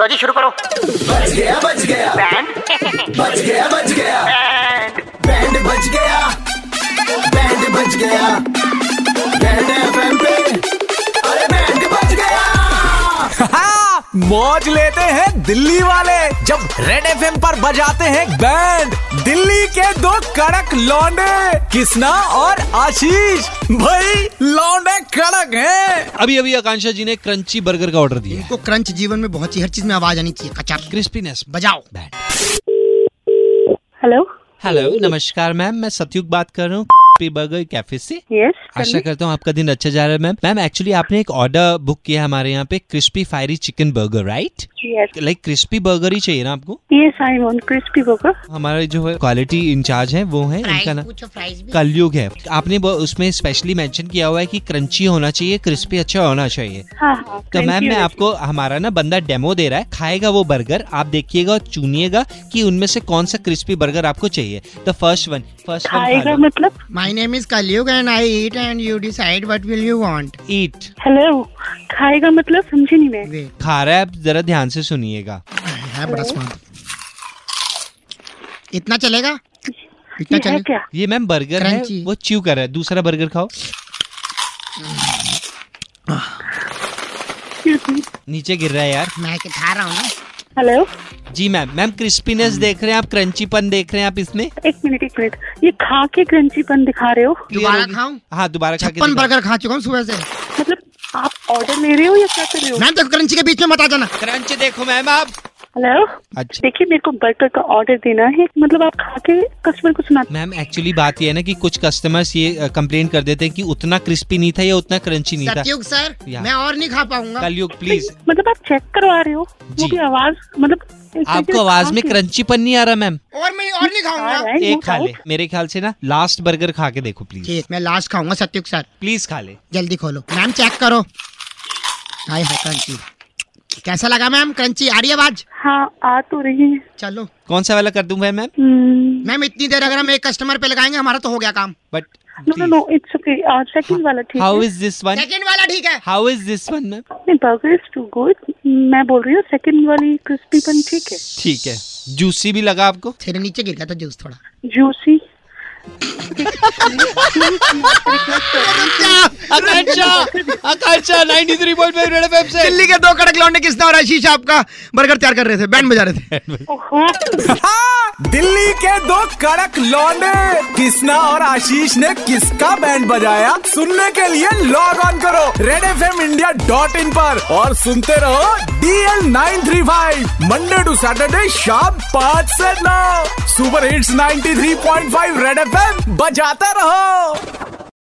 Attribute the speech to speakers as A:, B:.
A: लो जी शुरू करो
B: बच गया बच गया
A: बैंड
B: बच गया बच गया
A: बैंड
B: बैंड बच गया बैंड बच गया बैंड एफएम पे अरे बैंड बच गया
C: हाँ, मौज लेते हैं दिल्ली वाले जब रेड एफ पर बजाते हैं बैंड दिल्ली के दो कड़क लौंडे किसना और आशीष भाई लौंडे कड़क हैं
D: अभी अभी आकांक्षा जी ने क्रंची बर्गर का ऑर्डर दिया
E: को तो क्रंच जीवन में बहुत ही हर चीज में आवाज आनी चाहिए कचर
D: क्रिस्पीनेस
E: बजाओ
D: बैंड
F: हेलो
D: हेलो नमस्कार मैम मैं सतयुग बात कर रहा हूँ पी बर्गर कैफे से
F: यस
D: आशा करता हूँ आपका दिन अच्छा जा रहा है मैम मैम एक्चुअली आपने एक ऑर्डर बुक किया हमारे यहाँ पे crispy fiery chicken burger right
F: yes
D: like crispy burger ही चाहिए ना आपको
F: yes I want crispy burger
D: हमारे जो है क्वालिटी इंचार्ज है वो है इनका नाम कलयुग है आपने वो- उसमें स्पेशली मेंशन किया हुआ है कि क्रंची होना चाहिए क्रिस्पी अच्छा होना चाहिए
F: हाँ हाँ
D: तो
F: thank
D: मैम
F: you.
D: मैं आपको हमारा ना बंदा डेमो दे रहा है खाएगा वो बर्गर आप देखिएगा और चुनिएगा कि उनमें से कौन सा क्रिस्पी बर्गर आपको चाहिए द फर्स्ट वन फर्स्ट
F: खाएगा
D: वन
F: मतलब
E: my name is Kalyug and I eat and you decide what will you want
D: eat
F: hello खाएगा मतलब समझी नहीं मैं
E: वे
D: खा रहा है आप जरा ध्यान से सुनिएगा
E: है बड़ा स्वाद इतना चलेगा इतना
F: ये है
E: चलेगा
F: क्या
D: ये मैम बर्गर है
E: Crunchy।
D: वो च्यू कर रहा है दूसरा बर्गर खाओ नीचे गिर रहा है यार
E: मैं के खा रहा हूँ ना
F: हेलो
D: जी मैम मैम क्रिस्पीनेस देख रहे हैं आप क्रंचीपन देख रहे हैं आप इसमें
F: एक मिनट एक मिनट ये खा के क्रंचीपन दिखा रहे हो
E: दोबारा
D: होगी?
E: खाऊं
D: हाँ दोबारा खा के
E: छप्पन
D: दिखाओ।
E: बर्गर खा चुका हूँ सुबह से
F: मतलब आप ऑर्डर ले रहे हो या क्या कर रहे हो
E: मैम देखो क्रंची के बीच में मत आ जाना
D: क्रंच देखो मैम आप
F: हेलो
D: अच्छा
F: देखिए मेरे को बर्गर का ऑर्डर देना है मतलब आप खा के कस्टमर को सुना
D: मैम एक्चुअली बात ये है ना कि कुछ कस्टमर्स ये कंप्लेन कर देते हैं कि उतना क्रिस्पी नहीं था या उतना क्रंची नहीं था
E: सतयुग सर
D: या।
E: मैं और नहीं खा पाऊंगा
D: कलयुग प्लीज
F: मतलब आप चेक करवा रहे हो
D: जी।
F: वो भी आवाज मतलब एक तरीके
D: आपको
F: से
D: आवाज
F: खा
D: में
F: के-
D: क्रंचीपन नहीं आ रहा मैम
E: और मैं और नहीं
F: आ रहा
E: खाऊंगा
F: है, no
D: एक खा ले
F: doubt।
D: मेरे ख्याल से ना लास्ट बर्गर खा के देखो प्लीज
E: ठीक मैं लास्ट खाऊंगा सतयुग सर
D: प्लीज खा ले
E: जल्दी खोलो मैम चेक करो हाय हाय क्रंची कैसा लगा मैम क्रंची आ रही आवाज
F: हाँ आ तो रही है
E: चलो
D: कौन सा वाला कर दूं भाई मैम
F: हम्म,
E: मैम इतनी देर अगर हम एक कस्टमर पे लगाएंगे हमारा तो हो गया काम
F: no no
D: but
F: no it's okay second Uh, वाला ठीक
D: हाउ
F: है
D: इज दिस वन
E: सेकंड वाला ठीक है
D: how is this one ma'am
F: नहीं बर्गर इज टू गुड मैं बोल रही हूँ सेकंड वाली क्रिस्पीपन ठीक है
D: ठीक है जूसी भी लगा आपको
E: फिर नीचे गिर गया था जूस थोड़ा
F: जूसी
D: आकांक्षा आकांक्षा 93.5 रेड एफएम से
E: दिल्ली के दो कड़क लौंडे किसने और आशीष आपका बर्गर तैयार कर रहे थे बैंड बजा रहे थे
F: ओहो
C: हाँ, दिल्ली के दो कड़क लौंडे किसना और आशीष ने किसका बैंड बजाया सुनने के लिए लॉग ऑन करो redfmindia.in इंडिया डॉट इन पर और सुनते रहो DL935 nine three five Monday to Saturday शाम पाँच से नौ सुपर हिट्स 93.5 रेड एफ बजाते रहो